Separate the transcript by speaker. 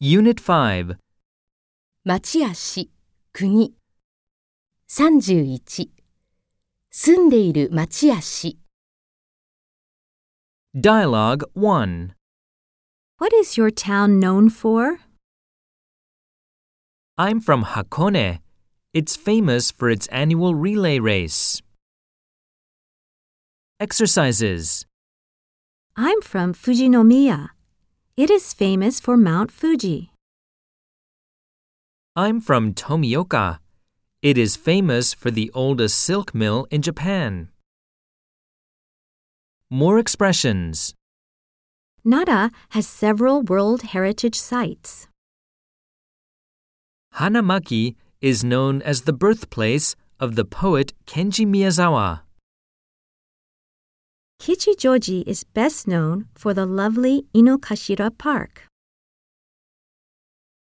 Speaker 1: Unit 5.
Speaker 2: 町や市、国。31住んでいる町や市
Speaker 1: Dialogue 1.
Speaker 3: What is your town known for?
Speaker 1: I'm from Hakone. It's famous for its annual relay race. Exercises.
Speaker 3: I'm from Fujinomiya. It is famous for Mount Fuji.
Speaker 1: I'm from Tomioka. It is famous for the oldest silk mill in Japan. More expressions.
Speaker 3: Nara has several World Heritage Sites.
Speaker 1: Hanamaki is known as the birthplace of the poet Kenji Miyazawa.
Speaker 3: Kichijoji is best known for the lovely Inokashira Park.